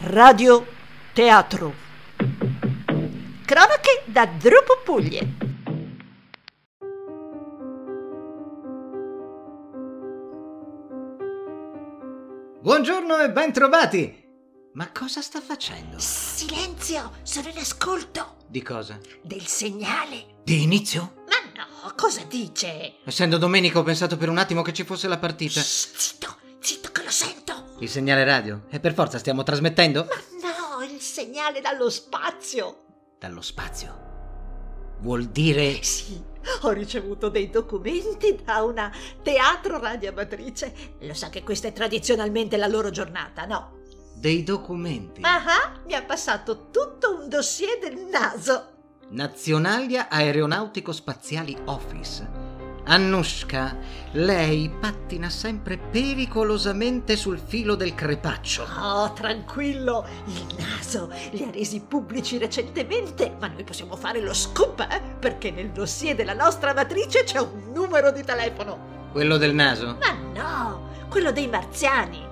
Radio Teatro. Cronache da Drupo Puglie. Buongiorno e bentrovati! Ma cosa sta facendo? Silenzio, sono in ascolto Di cosa? del segnale. Di inizio? Ma no, cosa dice? Essendo domenica ho pensato per un attimo che ci fosse la partita. Shh, zitto, zitto che lo sento. Il segnale radio? Ah. E per forza stiamo trasmettendo? Ma no, il segnale dallo spazio. Eh Dallo spazio. Vuol dire... Sì, ho ricevuto dei documenti da una teatro radioamatrice. Lo sa che questa è tradizionalmente la loro giornata, no? Dei documenti. Ah, mi ha passato tutto un dossier del naso. Nazionalia Aeronautico Spaziali Office. Annushka, lei pattina sempre pericolosamente sul filo del crepaccio. Oh, tranquillo, il naso li ha resi pubblici recentemente, ma noi possiamo fare lo scoop, eh? Perché nel dossier della nostra matrice c'è un numero di telefono. Quello del naso? Ma no, quello dei marziani.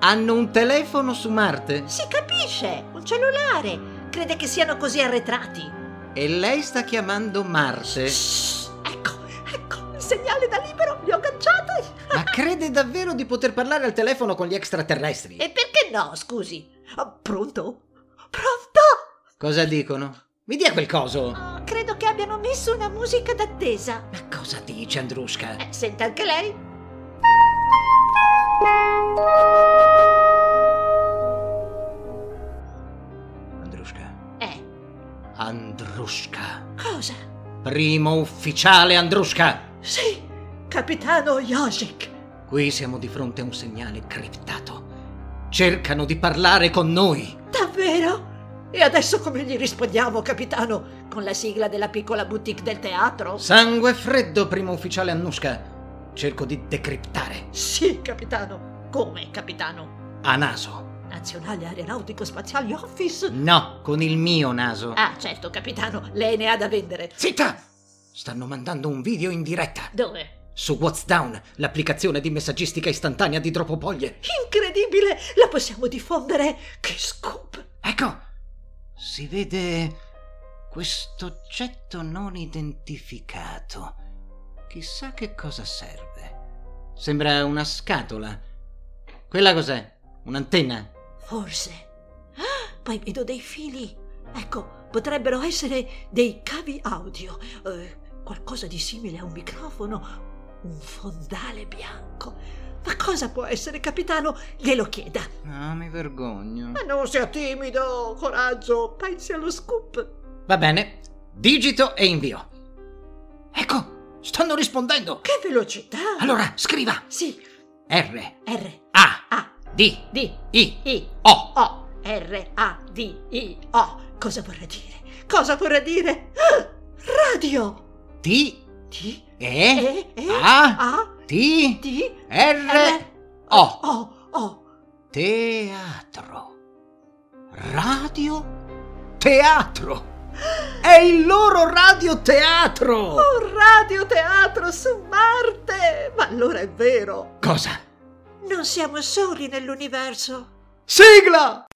Hanno un telefono su Marte? Si capisce, un cellulare. Crede che siano così arretrati. E lei sta chiamando Marte? Shh, ecco, ecco, il segnale da libero, li ho cacciati. Ma crede davvero di poter parlare al telefono con gli extraterrestri? E perché no, scusi? Oh, pronto? Pronto? Cosa dicono? Mi dia quel coso! Oh, credo che abbiano messo una musica d'attesa. Ma cosa dice Andrushka? Eh, sente anche lei? Andrushka. Eh, Andrushka. cosa? Primo ufficiale Andrushka! Sì, capitano Josik. Qui siamo di fronte a un segnale criptato. Cercano di parlare con noi! Davvero? E adesso come gli rispondiamo, capitano? Con la sigla della piccola boutique del teatro? Sangue freddo, primo ufficiale Annushka. Cerco di decriptare. Sì, capitano. Come, capitano? A naso. Nazionale Aeronautico Spaziali Office? No, con il mio naso. Ah, certo, capitano, lei ne ha da vendere. Zitta! Stanno mandando un video in diretta. Dove? Su WhatsApp, l'applicazione di messaggistica istantanea di Dropopoglie. Incredibile! La possiamo diffondere! Che scoop! Ecco, si vede questo oggetto non identificato. Chissà che cosa serve. Sembra una scatola. Quella cos'è? Un'antenna? Forse. Ah, Poi vedo dei fili. Ecco, potrebbero essere dei cavi audio, eh, qualcosa di simile a un microfono, un fondale bianco. Ma cosa può essere, capitano? Glielo chieda. No, mi vergogno. Ma non sia timido, coraggio, pensi allo scoop. Va bene, digito e invio. Ecco, stanno rispondendo. Che velocità! Allora, scriva Sì, R R, A A, D D, I I, O. O, R, A, D, I, O. Cosa vorrà dire? Cosa vorrà dire? Ah, radio! T T, E E, E, A A, T D, R O. Ah? Oh, oh, Teatro. Radio. Teatro. È il loro radioteatro. un radioteatro su Marte! Ma allora è vero! Cosa? Non siamo soli nell'universo. Sigla!